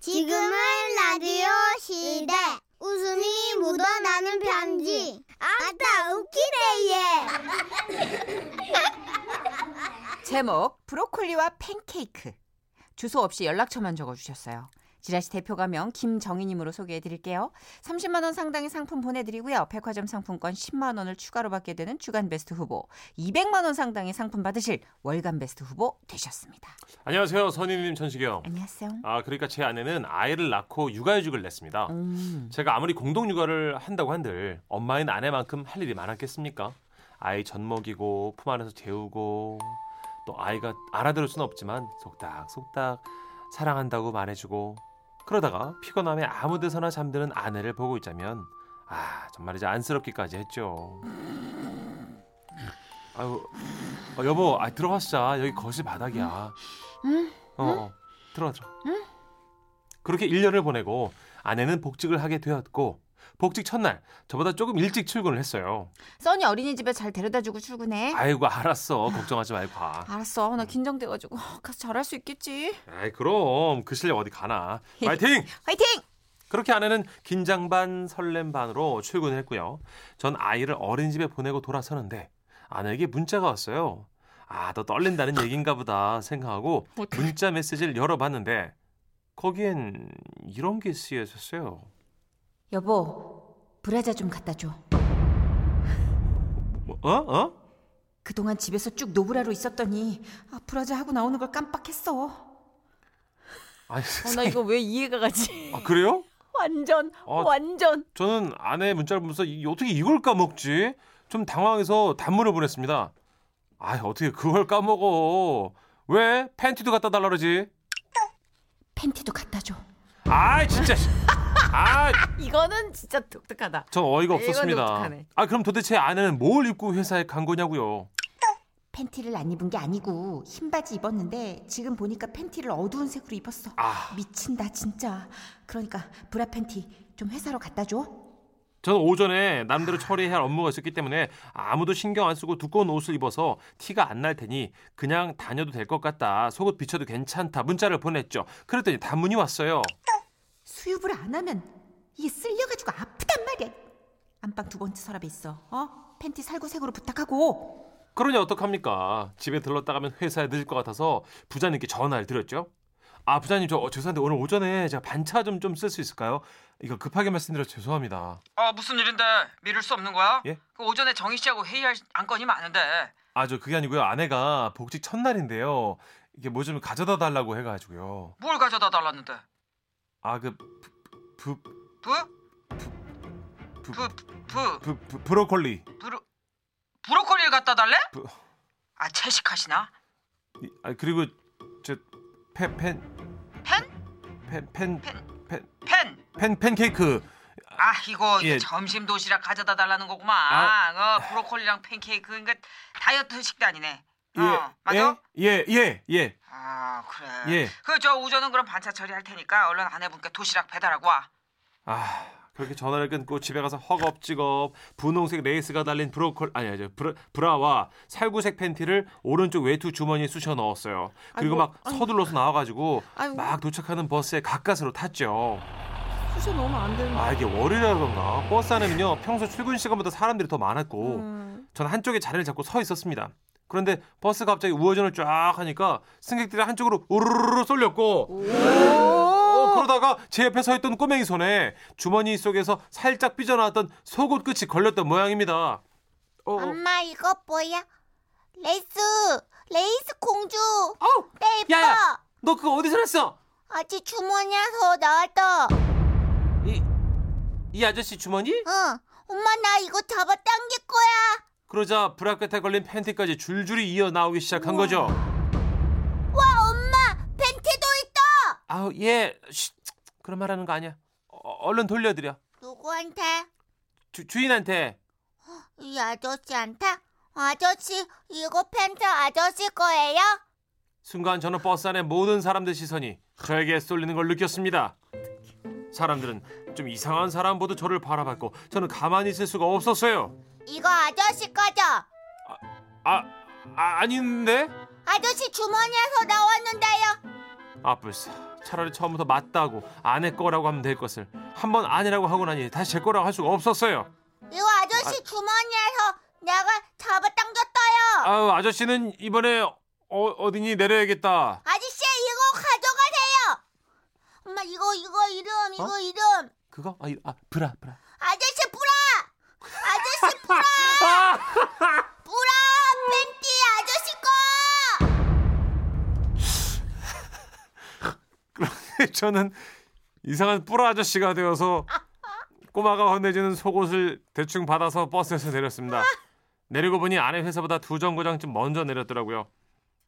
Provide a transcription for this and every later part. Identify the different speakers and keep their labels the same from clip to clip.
Speaker 1: 지금은 라디오 시대. 웃음이 묻어나는 편지. 아따, 웃기네,
Speaker 2: 제목 브로콜리와 팬케이크 주소 없이 연락처만 적어주셨어요. 지라시 대표가명 김정희님으로 소개해드릴게요. 30만 원 상당의 상품 보내드리고요. 백화점 상품권 10만 원을 추가로 받게 되는 주간 베스트 후보, 200만 원 상당의 상품 받으실 월간 베스트 후보 되셨습니다.
Speaker 3: 안녕하세요, 선희님 천식영.
Speaker 2: 안녕하세요.
Speaker 3: 아 그러니까 제 아내는 아이를 낳고 육아휴직을 냈습니다.
Speaker 2: 음,
Speaker 3: 제가 아무리 공동 육아를 한다고 한들 엄마인 아내만큼 할 일이 많았겠습니까? 아이 젖 먹이고 품 안에서 재우고 또 아이가 알아들을 순 없지만 속닥속닥 사랑한다고 말해주고 그러다가 피곤함에 아무데서나 잠드는 아내를 보고 있자면 아 정말 이제 안쓰럽기까지 했죠. 아유 어, 여보 아 들어가자 여기 거실 바닥이야. 어, 어 들어가 들어. 그렇게 1년을 보내고 아내는 복직을 하게 되었고 복직 첫날 저보다 조금 일찍 출근을 했어요.
Speaker 2: 써니 어린이집에 잘 데려다주고 출근해.
Speaker 3: 아이고 알았어 걱정하지 말고 가.
Speaker 2: 알았어. 나 긴장돼가지고 가서 잘할 수 있겠지.
Speaker 3: 아이 그럼 그 실력 어디 가나. 파이팅!
Speaker 2: 화이팅!
Speaker 3: 그렇게 아내는 긴장 반 설렘 반으로 출근을 했고요. 전 아이를 어린이집에 보내고 돌아서는데 아내에게 문자가 왔어요. 아, 너 떨린다는 얘기인가 보다 생각하고
Speaker 2: 어떡해.
Speaker 3: 문자 메시지를 열어봤는데 거기엔 이런 게 쓰여 있었어요.
Speaker 2: 여보, 브라자 좀 갖다 줘.
Speaker 3: 뭐, 어? 어?
Speaker 2: 그동안 집에서 쭉 노브라로 있었더니 아 브라자 하고 나오는 걸 깜빡했어.
Speaker 3: 아니,
Speaker 2: 어, 나 이거 왜 이해가 가지?
Speaker 3: 아, 그래요?
Speaker 2: 완전
Speaker 3: 어.
Speaker 2: 완전.
Speaker 3: 저는 아내의 문자를 보면서 이- 어떻게 이걸 까먹지? 좀 당황해서 단문을 보냈습니다. 아, 어떻게 그걸 까먹어? 왜 팬티도 갖다 달라 그러지?
Speaker 2: 팬티도 갖다 줘.
Speaker 3: 아, 진짜. 씨. 아,
Speaker 2: 이거는 진짜 독특하다.
Speaker 3: 전 어이가
Speaker 2: 이건
Speaker 3: 없었습니다.
Speaker 2: 독특하네.
Speaker 3: 아, 그럼 도대체 아내는 뭘 입고 회사에 간 거냐고요?
Speaker 2: 팬티를 안 입은 게 아니고 흰 바지 입었는데 지금 보니까 팬티를 어두운 색으로 입었어.
Speaker 3: 아.
Speaker 2: 미친다 진짜. 그러니까 브라 팬티 좀 회사로 갖다 줘.
Speaker 3: 저는 오전에 남대로
Speaker 2: 아.
Speaker 3: 처리해야 할 업무가 있었기 때문에 아무도 신경 안 쓰고 두꺼운 옷을 입어서 티가 안 날 테니 그냥 다녀도 될 것 같다. 속옷 비춰도 괜찮다. 문자를 보냈죠. 그랬더니 단문이 왔어요.
Speaker 2: 수유를 안 하면 이게 쓸려가지고 아프단 말이야. 안방 두 번째 서랍에 있어. 어? 팬티 살구색으로 부탁하고.
Speaker 3: 그러니 어떡합니까? 집에 들렀다가면 회사에 늦을 것 같아서 부자님께 전화를 드렸죠. 아 부자님 저 어, 죄송한데 오늘 오전에 제가 반차 좀 좀 쓸 수 있을까요? 이거 급하게 말씀드려 서 죄송합니다.
Speaker 4: 아 무슨 일인데 미룰 수 없는 거야?
Speaker 3: 예?
Speaker 4: 그 오전에 정희 씨하고 회의할 안건이 많은데
Speaker 3: 아 저 그게 아니고요. 아내가 복직 첫날인데요. 이게 뭐 좀 가져다 달라고 해가지고요. 아, 그
Speaker 4: 뭘 가져다 달랐는데?
Speaker 3: 아그부부
Speaker 4: 부? 부? 부?
Speaker 3: 브로콜리
Speaker 4: 브로 브로콜리를 갖다 달래?
Speaker 3: 부-
Speaker 4: 아 채식하시나?
Speaker 3: 이- 아 그리고 저팬팬팬팬팬
Speaker 4: 팬? 팬?
Speaker 3: 팬케이크
Speaker 4: 아 이거
Speaker 3: 예.
Speaker 4: 이게 점심 도시락 가져다 달라는 거구만.
Speaker 3: 아.
Speaker 4: 어 브로콜리랑 팬케이크 그러니까 다이어트 식단이네.
Speaker 3: 예,
Speaker 4: 어 맞아?
Speaker 3: 예, 예, 예, 예.
Speaker 4: 아 그래.
Speaker 3: 예.
Speaker 4: 그 저 우전은 그럼 반차 처리할 테니까 얼른 아내분께 도시락 배달하고 와.
Speaker 3: 아 그렇게 전화를 끊고 집에 가서 허겁지겁 분홍색 레이스가 달린 브로콜 아니 아니 브라, 브라와 살구색 팬티를 오른쪽 외투 주머니에 쑤셔 넣었어요. 그리고
Speaker 2: 아이고,
Speaker 3: 막
Speaker 2: 아이고.
Speaker 3: 서둘러서 나와가지고
Speaker 2: 아이고.
Speaker 3: 막 도착하는 버스에 가까스로 탔죠.
Speaker 2: 수술 넣으면 안 되는
Speaker 3: 아 이게 월요일이라 그런가 버스 안에는요 평소 출근 시간보다 사람들이 더 많았고 전 한쪽에 자리를 잡고 서 있었습니다. 그런데 버스가 갑자기 우회전을 쫙 하니까 승객들이 한쪽으로 우르르르 쏠렸고 어, 그러다가 제 옆에 서 있던 꼬맹이 손에 주머니 속에서 살짝 삐져나왔던 속옷 끝이 걸렸던 모양입니다. 어,
Speaker 1: 얘.
Speaker 3: 어.
Speaker 1: 엄마, 이거 뭐야? 레이스, 레이스 공주.
Speaker 3: 아우!
Speaker 1: 내 예뻐.
Speaker 3: 야, 야. 너 그거 어디서 났어?
Speaker 1: 아직 주머니에서 나왔다.
Speaker 3: 이, 이 아저씨 주머니?
Speaker 1: 응. 어, 엄마, 나 이거 잡아당길 거야.
Speaker 3: 그러자 브라 끝에 걸린 팬티까지 줄줄이 이어 나오기 시작한 거죠.
Speaker 1: 와, 엄마, 팬티도 있다.
Speaker 3: 아우 얘 쉿, 그런 말 하는 거 아니야 어, 얼른 돌려드려
Speaker 1: 누구한테?
Speaker 3: 주, 주인한테
Speaker 1: 이 아저씨한테? 아저씨, 이거 팬츠 아저씨 거예요?
Speaker 3: 순간 저는 버스 안에 모든 사람들 시선이 저에게 쏠리는 걸 느꼈습니다 사람들은 좀 이상한 사람 보듯 저를 바라봤고 저는 가만히 있을 수가 없었어요
Speaker 1: 이거 아저씨 거죠?
Speaker 3: 아, 아 아닌데
Speaker 1: 아저씨 주머니에서 나왔는데요.
Speaker 3: 아뿔싸 차라리 처음부터 맞다고 아내 거라고 하면 될 것을 한 번 아니라고 하고 나니 다시 제 거라고 할 수가 없었어요
Speaker 1: 이거 아저씨 주머니에서 내가 잡아당겼어요.
Speaker 3: 아유 아저씨는 이번에 어, 어디니 내려야겠다
Speaker 1: 아저씨 이거 가져가세요. 엄마 이거 이거 이름 이거 이름
Speaker 3: 그거? 아, 이- 아 브라 브라
Speaker 1: 아저씨 뿌라 아저씨 뿌라 뿌라 팬티 아저씨 거.
Speaker 3: 저는 이상한 뿌라 아저씨가 되어서 꼬마가 건네주는 속옷을 대충 받아서 버스에서 내렸습니다. 내리고 보니 아내 회사보다 두 정거장쯤 먼저 내렸더라고요.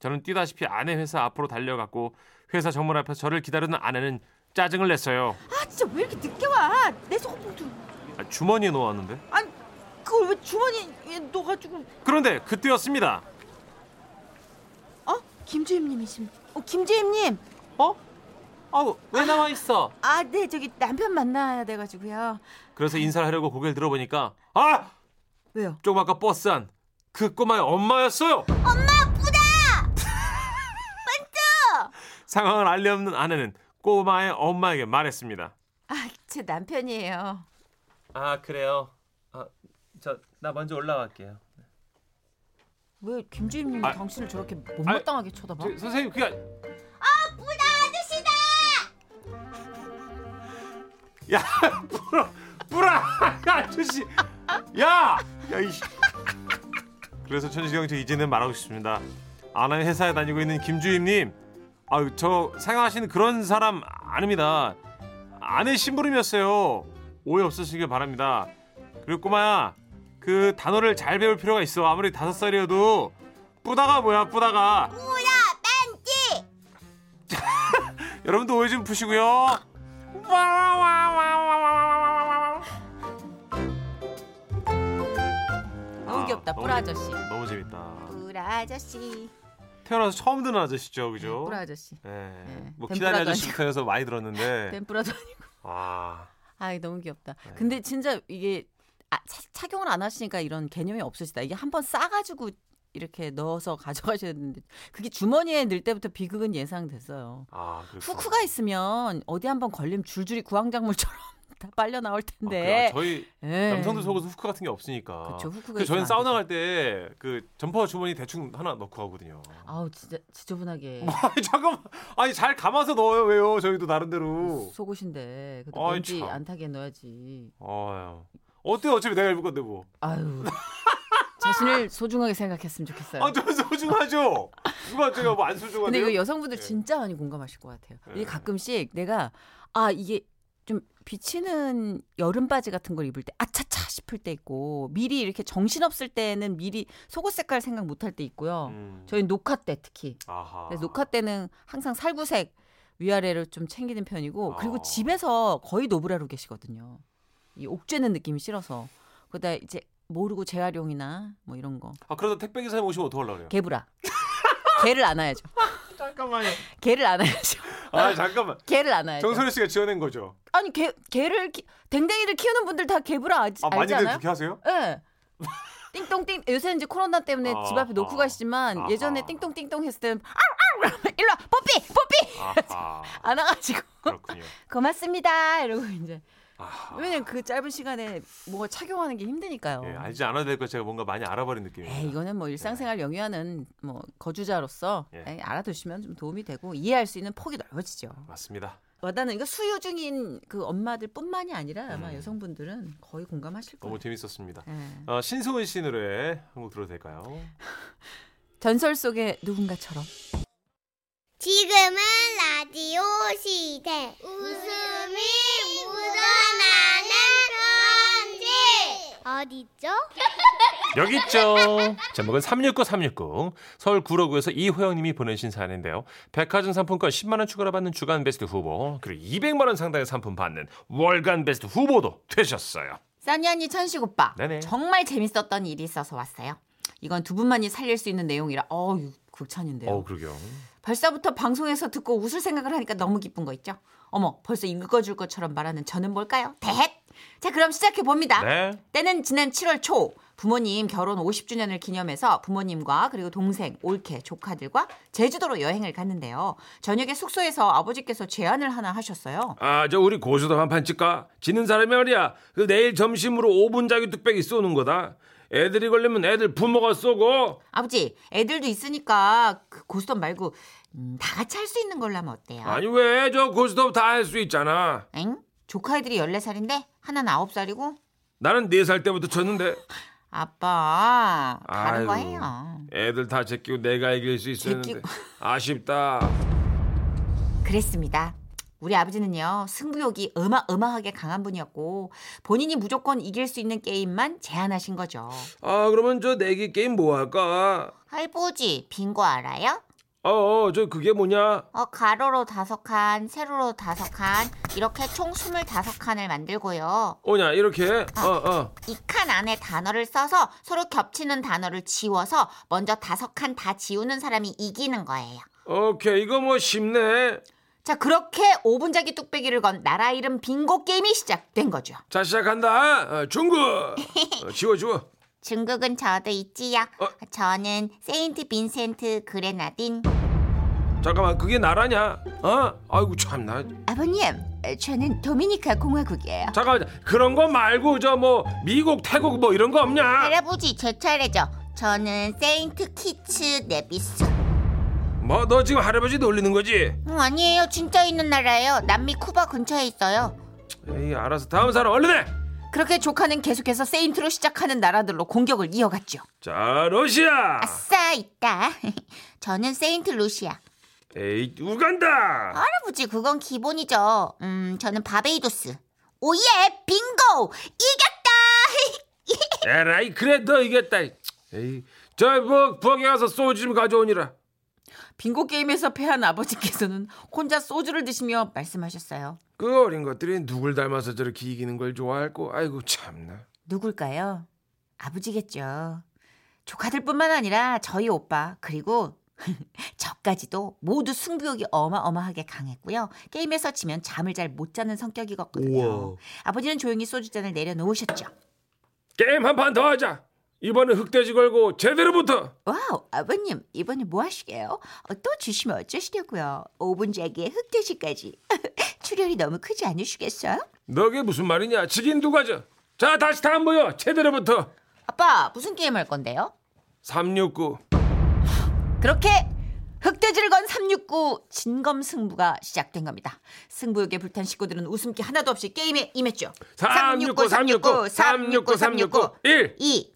Speaker 3: 저는 뛰다시피 아내 회사 앞으로 달려갔고 회사 정문 앞에서 저를 기다리는 아내는 짜증을 냈어요.
Speaker 2: 아 진짜 왜 이렇게 늦게 와? 내 속옷봉투.
Speaker 3: 아, 주머니에 놓았는데.
Speaker 2: 아니 그걸 왜 주머니에 넣어가지고?
Speaker 3: 그런데 그때였습니다.
Speaker 2: 어? 김주임님이신. 어 김주임님.
Speaker 3: 어? 아우 왜 나와 있어?
Speaker 2: 아 네 저기 남편 만나야 돼가지고요.
Speaker 3: 그래서 인사를 하려고 고개를 들어보니까 아
Speaker 2: 왜요?
Speaker 3: 조금 아까 버스 안 그 꼬마의 엄마였어요.
Speaker 1: 엄마 뿌라
Speaker 3: 상황을 알리 없는 아내는 꼬마의 엄마에게 말했습니다.
Speaker 2: 아제 남편이에요.
Speaker 3: 아 그래요. 저 나 먼저 올라갈게요.
Speaker 2: 왜 김주임님이
Speaker 3: 아,
Speaker 2: 당신을 저렇게 못마땅하게 쳐다봐?
Speaker 3: 선생님 그게 아니-
Speaker 1: 뿌라 아저씨다.
Speaker 3: 야 뿌라 뿌라 아저씨 야 야이씨. 그래서 천식형 저 이제는 말하고 싶습니다. 아내 회사에 다니고 있는 김주임님, 아저 생각하시는 그런 사람 아닙니다. 아내 심부름이었어요. 오해 없으시길 바랍니다. 그리고 꼬마야 그 단어를 잘 배울 필요가 있어. 아무리 다섯 살이어도 뿌다가 뭐야 뿌다가.
Speaker 1: 뿌라 팬티
Speaker 3: 여러분도 오해 좀 푸시고요. 와와와와와와와와와.
Speaker 2: 너무
Speaker 3: 아, 예.
Speaker 2: 귀엽다
Speaker 3: 너무
Speaker 2: 뿌라
Speaker 3: 재-
Speaker 2: 아저씨.
Speaker 3: 너무 재밌다.
Speaker 2: 뿌라 아저씨.
Speaker 3: 태어나서 처음 듣는 아저씨죠, 그죠?
Speaker 2: 뿌라 아저씨.
Speaker 3: 예.
Speaker 2: 네.
Speaker 3: 뭐
Speaker 2: 뱀뿌라도
Speaker 3: 기다리
Speaker 2: 아니고.
Speaker 3: 아저씨부터 해서 많이 들었는데.
Speaker 2: 뱀뿌라도
Speaker 3: 와.
Speaker 2: 아 이거 너무 귀엽다.
Speaker 3: 네.
Speaker 2: 근데 진짜 이게 아, 차, 착용을 안 하시니까 이런 개념이 없으시다. 이게 한번 싸가지고 이렇게 넣어서 가져가셨는데 그게 주머니에 넣을 때부터 비극은 예상됐어요.
Speaker 3: 아, 그렇구나.
Speaker 2: 후크가 있으면 어디 한번 걸리면 줄줄이 구황작물처럼 다 빨려 나올
Speaker 3: 아,
Speaker 2: 텐데.
Speaker 3: 그래요. 저희
Speaker 2: 예.
Speaker 3: 남성들 속에서 후크 같은 게 없으니까.
Speaker 2: 네. 그쵸, 후크가
Speaker 3: 그래서 저희는
Speaker 2: 있으면 안
Speaker 3: 사우나 갈 때 그 점퍼 주머니 대충 하나 넣고 가거든요.
Speaker 2: 아우 진짜 지저분하게
Speaker 3: 아니, 잠깐만. 아니 잘 감아서 넣어요, 왜요? 저희도 나름대로.
Speaker 2: 속옷인데 그래도
Speaker 3: 뭐. 아이,
Speaker 2: 먼지
Speaker 3: 참.
Speaker 2: 안 타게 넣어야지.
Speaker 3: 어휴. 어때 어차피 내가 입을 건데 뭐.
Speaker 2: 아유 자신을 소중하게 생각했으면 좋겠어요.
Speaker 3: 아, 저 소중하죠. 누가 제가 뭐 안 소중한데요?
Speaker 2: 네. 근데 이거 여성분들
Speaker 3: 예.
Speaker 2: 진짜 많이 공감하실 것 같아요.
Speaker 3: 예.
Speaker 2: 이게 가끔씩 내가 아 이게 좀 비치는 여름 바지 같은 걸 입을 때 아차차 싶을 때 있고 미리 이렇게 정신 없을 때는 미리 속옷 색깔 생각 못 할 때 있고요.
Speaker 3: 음.
Speaker 2: 저희 녹화 때 특히
Speaker 3: 아하.
Speaker 2: 그래서 녹화 때는 항상 살구색 위아래를 좀 챙기는 편이고
Speaker 3: 어.
Speaker 2: 그리고 집에서 거의 노브라로 계시거든요. 이 옥죄는 느낌이 싫어서 그러다 이제 모르고 재활용이나 뭐 이런 거
Speaker 3: 아 그래도 택배 기사님 오시면 어떡하려고 그래요?
Speaker 2: 개브라 개를 안아야죠.
Speaker 3: 잠깐만요.
Speaker 2: 개를 안아야죠.
Speaker 3: 아 잠깐만.
Speaker 2: 개를 안아야죠.
Speaker 3: 정선희 씨가 지어낸 거죠.
Speaker 2: 아니 개 개를 키, 댕댕이를 키우는 분들 다 개브라 아지,
Speaker 3: 아
Speaker 2: 알지
Speaker 3: 많이들
Speaker 2: 않아요?
Speaker 3: 그렇게 하세요?
Speaker 2: 예. 띵똥띵 요새 이제 코로나 때문에
Speaker 3: 아,
Speaker 2: 집 앞에 놓고
Speaker 3: 아.
Speaker 2: 가시지만
Speaker 3: 아하.
Speaker 2: 예전에 띵똥띵똥 했을 때는 아아 일로 와 뽀삐 뽀삐
Speaker 3: 아하.
Speaker 2: 안아가지고
Speaker 3: 그렇군요.
Speaker 2: 고맙습니다 이러고 이제
Speaker 3: 아.
Speaker 2: 왜냐면 그 짧은 시간에 뭔가 착용하는 게 힘드니까요.
Speaker 3: 예, 알지 않아도 될 거 제가 뭔가 많이 알아버린
Speaker 2: 어. 에이,
Speaker 3: 느낌이에요.
Speaker 2: 이거는 뭐 일상생활 영위하는 뭐 거주자로서
Speaker 3: 예.
Speaker 2: 에이, 알아두시면 좀 도움이 되고 이해할 수 있는 폭이 넓어지죠.
Speaker 3: 맞습니다.
Speaker 2: 와닿는 이거 수요 중인 그 엄마들뿐만이 아니라 아마
Speaker 3: 음.
Speaker 2: 여성분들은 거의 공감하실 거예요.
Speaker 3: 너무 재밌었습니다.
Speaker 2: 예.
Speaker 3: 어, 신승훈 씨 노래 한 곡 들어도 될까요?
Speaker 2: 전설 속의 누군가처럼.
Speaker 1: 지금은 라디오 시대. 웃음이 묻어나는 편지. 어디죠?
Speaker 3: 여기 있죠. 제목은 369 369. 서울 구로구에서 이호영 님이 보내신 사연인데요. 백화점 상품권 10만 원 추가로 받는 주간 베스트 후보, 그리고 200만 원 상당의 상품 받는 월간 베스트 후보도 되셨어요.
Speaker 2: 써니 언니 천식 오빠.
Speaker 3: 네네.
Speaker 2: 정말 재밌었던 일이 있어서 왔어요. 이건 두 분만이 살릴 수 있는 내용이라 어유 극찬인데요.
Speaker 3: 어, 그러게요.
Speaker 2: 벌써부터 방송에서 듣고 웃을 생각을 하니까 너무 기쁜 거 있죠. 어머, 벌써 읽어줄 것처럼 말하는 저는 뭘까요? 대헷! 자, 그럼 시작해 봅니다.
Speaker 3: 네.
Speaker 2: 때는 지난 7월 초 부모님 결혼 50주년을 기념해서 부모님과 그리고 동생, 올케, 조카들과 제주도로 여행을 갔는데요. 저녁에 숙소에서 아버지께서 제안을 하나 하셨어요.
Speaker 3: 아 저 우리 고수도 한 판 찍까? 지는 사람이 말이야. 그 내일 점심으로 5분 자기 뚝배기 쏘는 거다. 애들이 걸리면 애들 부모가 쏘고.
Speaker 2: 아버지, 애들도 있으니까 그 고스톱 말고 음, 다 같이 할 수 있는 걸로 하면 어때요?
Speaker 3: 아니 왜 저 고스톱 다 할 수 있잖아.
Speaker 2: 엥? 조카 애들이 14살인데 하나는 9살이고
Speaker 3: 나는 4살 때부터 쳤는데.
Speaker 2: 아빠 다른 거
Speaker 3: 아이고,
Speaker 2: 해요.
Speaker 3: 애들 다 제끼고 내가 이길 수 있었는데
Speaker 2: 제끼고.
Speaker 3: 아쉽다.
Speaker 2: 그랬습니다. 우리 아버지는요 승부욕이 어마어마하게 강한 분이었고 본인이 무조건 이길 수 있는 게임만 제안하신 거죠.
Speaker 3: 아 그러면 저 내기 게임 뭐 할까?
Speaker 1: 할부지 빈 거 알아요?
Speaker 3: 어저 그게 뭐냐?
Speaker 1: 어, 가로로 다섯 칸, 세로로 다섯 칸, 이렇게 총 스물다섯 칸을 만들고요.
Speaker 3: 오냐 이렇게?
Speaker 2: 아.
Speaker 3: 어어
Speaker 1: 이 칸 안에 단어를 써서 서로 겹치는 단어를 지워서 먼저 다섯 칸 다 지우는 사람이 이기는 거예요.
Speaker 3: 오케이 이거 뭐 쉽네.
Speaker 2: 자 그렇게 5분짜기 뚝배기를 건 나라 이름 빙고 게임이 시작된 거죠.
Speaker 3: 자 시작한다. 어, 중국. 어, 지워 지워.
Speaker 1: 중국은 저도 있지요.
Speaker 3: 어?
Speaker 1: 저는 세인트 빈센트 그레나딘.
Speaker 3: 잠깐만 그게 나라냐? 어? 아이고 참나.
Speaker 2: 아버님 저는 도미니카 공화국이에요.
Speaker 3: 잠깐만 그런 거 말고 저 뭐 미국 태국 뭐 이런 거 없냐?
Speaker 1: 할아버지 제 차례죠. 저는 세인트 키츠 네비스.
Speaker 3: 뭐 너 지금 할아버지 놀리는 거지?
Speaker 1: 음, 아니에요. 진짜 있는 나라예요. 남미 쿠바 근처에 있어요.
Speaker 3: 에이 알아서 다음 사람 얼른 해.
Speaker 2: 그렇게 조카는 계속해서 세임트로 시작하는 나라들로 공격을 이어갔죠.
Speaker 3: 아. 자 러시아.
Speaker 1: 아싸 있다. 저는 세인트 루시아.
Speaker 3: 에이 우간다.
Speaker 1: 할아버지 그건 기본이죠. 음, 저는 바베이도스. 오예 빙고 이겼다.
Speaker 3: 에라이 그래 너 이겼다. 에이 저뭐 부엌에 가서 소주 좀 가져오니라.
Speaker 2: 빙고 게임에서 패한 아버지께서는 혼자 소주를 드시며 말씀하셨어요.
Speaker 3: 그 어린 것들이 누굴 닮아서 저렇게 이기는 걸 좋아할꼬. 아이고 참나.
Speaker 2: 누굴까요? 아버지겠죠. 조카들뿐만 아니라 저희 오빠 그리고 저까지도 모두 승부욕이 어마어마하게 강했고요. 게임에서 지면 잠을 잘 못 자는 성격이거든요.
Speaker 3: 우와.
Speaker 2: 아버지는 조용히 소주잔을 내려놓으셨죠.
Speaker 3: 게임 한 판 더 하자. 이번엔 흑돼지 걸고 제대로 붙어.
Speaker 2: 와우, 아버님 이번에 뭐 하시게요? 어, 또 주시면 어쩌시려고요? 5분 자기에 흑돼지까지. 출혈이 너무 크지 않으시겠어요?
Speaker 3: 너게 무슨 말이냐? 지긴 누가 져? 자 다시 다 모여. 제대로 붙어.
Speaker 2: 아빠 무슨 게임 할 건데요?
Speaker 3: 369.
Speaker 2: 그렇게 흑돼지를 건 369 진검승부가 시작된 겁니다. 승부욕에 불탄 식구들은 웃음기 하나도 없이 게임에 임했죠.
Speaker 3: 369 369 369 369 1
Speaker 1: 2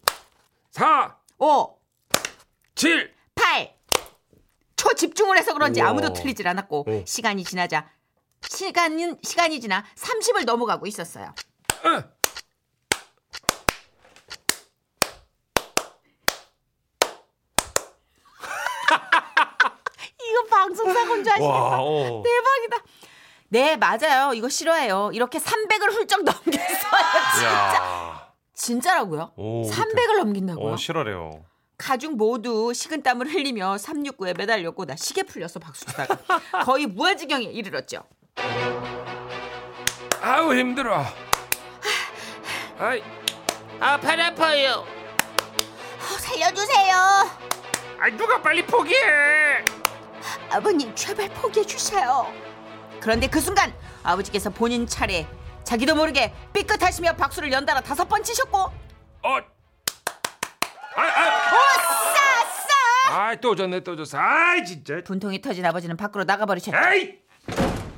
Speaker 3: 4
Speaker 2: 5,
Speaker 3: 7
Speaker 1: 8
Speaker 2: 초집중을 해서 그런지
Speaker 3: 우와.
Speaker 2: 아무도 틀리질 않았고
Speaker 3: 어.
Speaker 2: 시간이 지나자 시간은 시간이 지나 30을 넘어가고 있었어요.
Speaker 3: 어.
Speaker 2: 이거 방송사 건줄 아시겠다.
Speaker 3: 어.
Speaker 2: 대박이다. 네, 맞아요. 이거 싫어해요. 이렇게 300을 훌쩍 넘겼어요.
Speaker 3: 야.
Speaker 2: 진짜라고요?
Speaker 3: 오,
Speaker 2: 300을 넘긴다고요?
Speaker 3: 싫어래요.
Speaker 2: 가족 모두 식은땀을 흘리며 369에 매달렸고 나 시계 풀려서 박수 치다가 거의 무아지경에 이르렀죠.
Speaker 3: 아우 힘들어. 아이. 아팔 아파요.
Speaker 2: 어,
Speaker 1: 살려주세요.
Speaker 3: 아 누가 빨리 포기해.
Speaker 2: 아버님 제발 포기해 주세요. 그런데 그 순간 아버지께서 본인 차례 자기도 모르게 삐끗하시며 박수를 연달아 다섯 번 치셨고
Speaker 3: 어. 아, 아.
Speaker 2: 싸싸
Speaker 3: 아이 또 졌네 또 졌어. 아이 진짜.
Speaker 2: 분통이 터진 아버지는 밖으로 나가버리셨죠.
Speaker 3: 에이.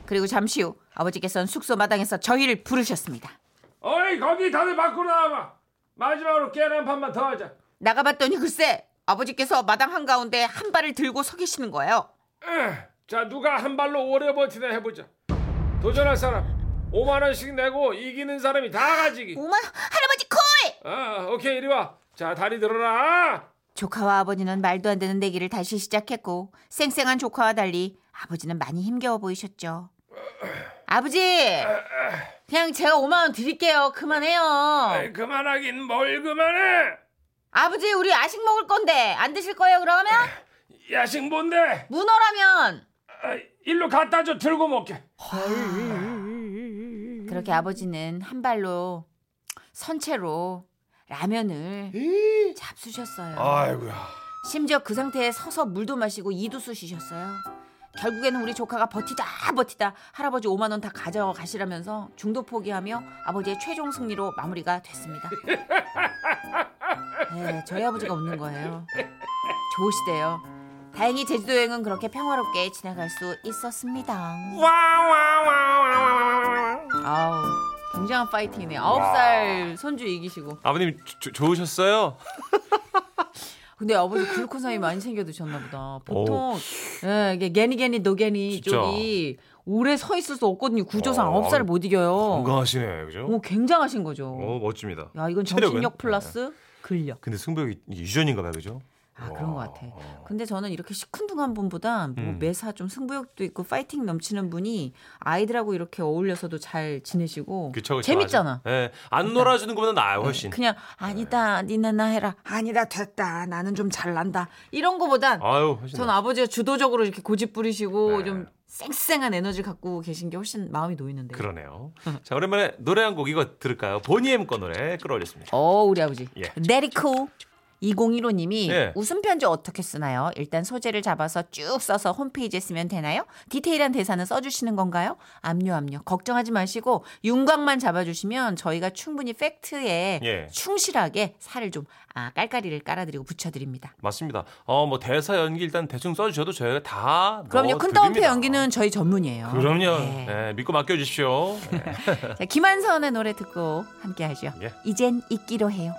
Speaker 2: 그리고 잠시 후 아버지께서는 숙소 마당에서 저희를 부르셨습니다.
Speaker 3: 어이 거기 다들 밖으로 나와봐. 마지막으로 깨한판만더 하자.
Speaker 2: 나가봤더니 글쎄 아버지께서 마당 한가운데 한 발을 들고 서 계시는 거예요.
Speaker 3: 에, 자 누가 한 발로 오래 버티나 해보자. 도전할 사람 5만 원씩 내고 이기는 사람이 다 가지기.
Speaker 1: 오마 할아버지 콜.
Speaker 3: 아 오케이 이리 와. 자 다리 들어라.
Speaker 2: 조카와 아버지는 말도 안 되는 내기를 다시 시작했고 쌩쌩한 조카와 달리 아버지는 많이 힘겨워 보이셨죠. 아버지, 그냥 제가 5만 원 드릴게요. 그만해요.
Speaker 3: 아이, 그만하긴 뭘 그만해.
Speaker 2: 아버지, 우리 야식 먹을 건데 안 드실 거예요? 그러면
Speaker 3: 야식 뭔데?
Speaker 2: 문어라면
Speaker 3: 아, 일로 갖다 줘 들고 먹게.
Speaker 2: 그렇게 아버지는 한 발로 선체로 라면을
Speaker 1: 음.
Speaker 2: 잡수셨어요.
Speaker 3: 아이고야.
Speaker 2: 심지어 그 상태에 서서 물도 마시고 이도 쑤시셨어요. 결국에는 우리 조카가 버티다 버티다 할아버지 5만 원 다 가져가시라면서 중도 포기하며 아버지의 최종 승리로 마무리가 됐습니다. 네, 저희 아버지가 웃는 거예요. 좋으시대요. 다행히 제주도 여행은 그렇게 평화롭게 지나갈 수 있었습니다. 아우, 굉장한 파이팅이네. 9살 손주 이기시고.
Speaker 3: 아버님 조- 조- 좋으셨어요?
Speaker 2: 근데 아버지 글루코사이 많이 챙겨 드셨나 보다. 보통 예, 이게 게니 게니 노게니
Speaker 3: 진짜.
Speaker 2: 쪽이 오래 서 있을 수 없거든요. 구조상
Speaker 3: 어,
Speaker 2: 아홉 살을 못 이겨요.
Speaker 3: 건강하시네 그죠?
Speaker 2: 오, 굉장하신 거죠.
Speaker 3: 오, 멋집니다.
Speaker 2: 야, 이건
Speaker 3: 어, 체력은? 어.
Speaker 2: 정신력 플러스 근력.
Speaker 3: 근데 승부욕이 이게 유전인가 봐요 그죠?
Speaker 2: 아, 그런 것
Speaker 3: 와.
Speaker 2: 같아. 근데 저는 이렇게 시큰둥한 분보다 뭐
Speaker 3: 음.
Speaker 2: 매사 좀 승부욕도 있고 파이팅 넘치는 분이 아이들하고 이렇게 어울려서도 잘 지내시고
Speaker 3: 그쵸, 그쵸,
Speaker 2: 재밌잖아.
Speaker 3: 맞아. 예, 안 놀아주는 것보다 나아요 훨씬.
Speaker 2: 그냥 아니다, 니는 나 해라. 아니다, 됐다. 나는 좀 잘난다. 이런 거보단
Speaker 3: 아유 훨씬.
Speaker 2: 전
Speaker 3: 나.
Speaker 2: 아버지가 주도적으로 이렇게 고집 부리시고
Speaker 3: 네.
Speaker 2: 좀 쌩쌩한 에너지 갖고 계신 게 훨씬 마음이 놓이는데. 요
Speaker 3: 그러네요.
Speaker 2: 음.
Speaker 3: 자 오랜만에 노래 한 곡 이거 들을까요? 보니엠 거 노래 끌어올렸습니다.
Speaker 2: 어, 우리 아버지.
Speaker 3: 예.
Speaker 2: 네리코 2015님이
Speaker 3: 예.
Speaker 2: 웃음 편지 어떻게 쓰나요? 일단 소재를 잡아서 쭉 써서 홈페이지에 쓰면 되나요? 디테일한 대사는 써주시는 건가요? 압류 압류 걱정하지 마시고 윤곽만 잡아주시면 저희가 충분히 팩트에
Speaker 3: 예.
Speaker 2: 충실하게 살을 좀 아, 깔깔이를 깔아드리고 붙여드립니다.
Speaker 3: 맞습니다. 어뭐 대사 연기 일단 대충 써주셔도 저희가 다
Speaker 2: 그럼요.
Speaker 3: 뭐 넣어드립니다.
Speaker 2: 큰 따옴표 연기는 저희 전문이에요.
Speaker 3: 그럼요.
Speaker 2: 네.
Speaker 3: 예, 믿고 맡겨주십시오. 예.
Speaker 2: 자, 김한선의 노래 듣고 함께 하죠.
Speaker 3: 예.
Speaker 2: 이젠 잊기로 해요.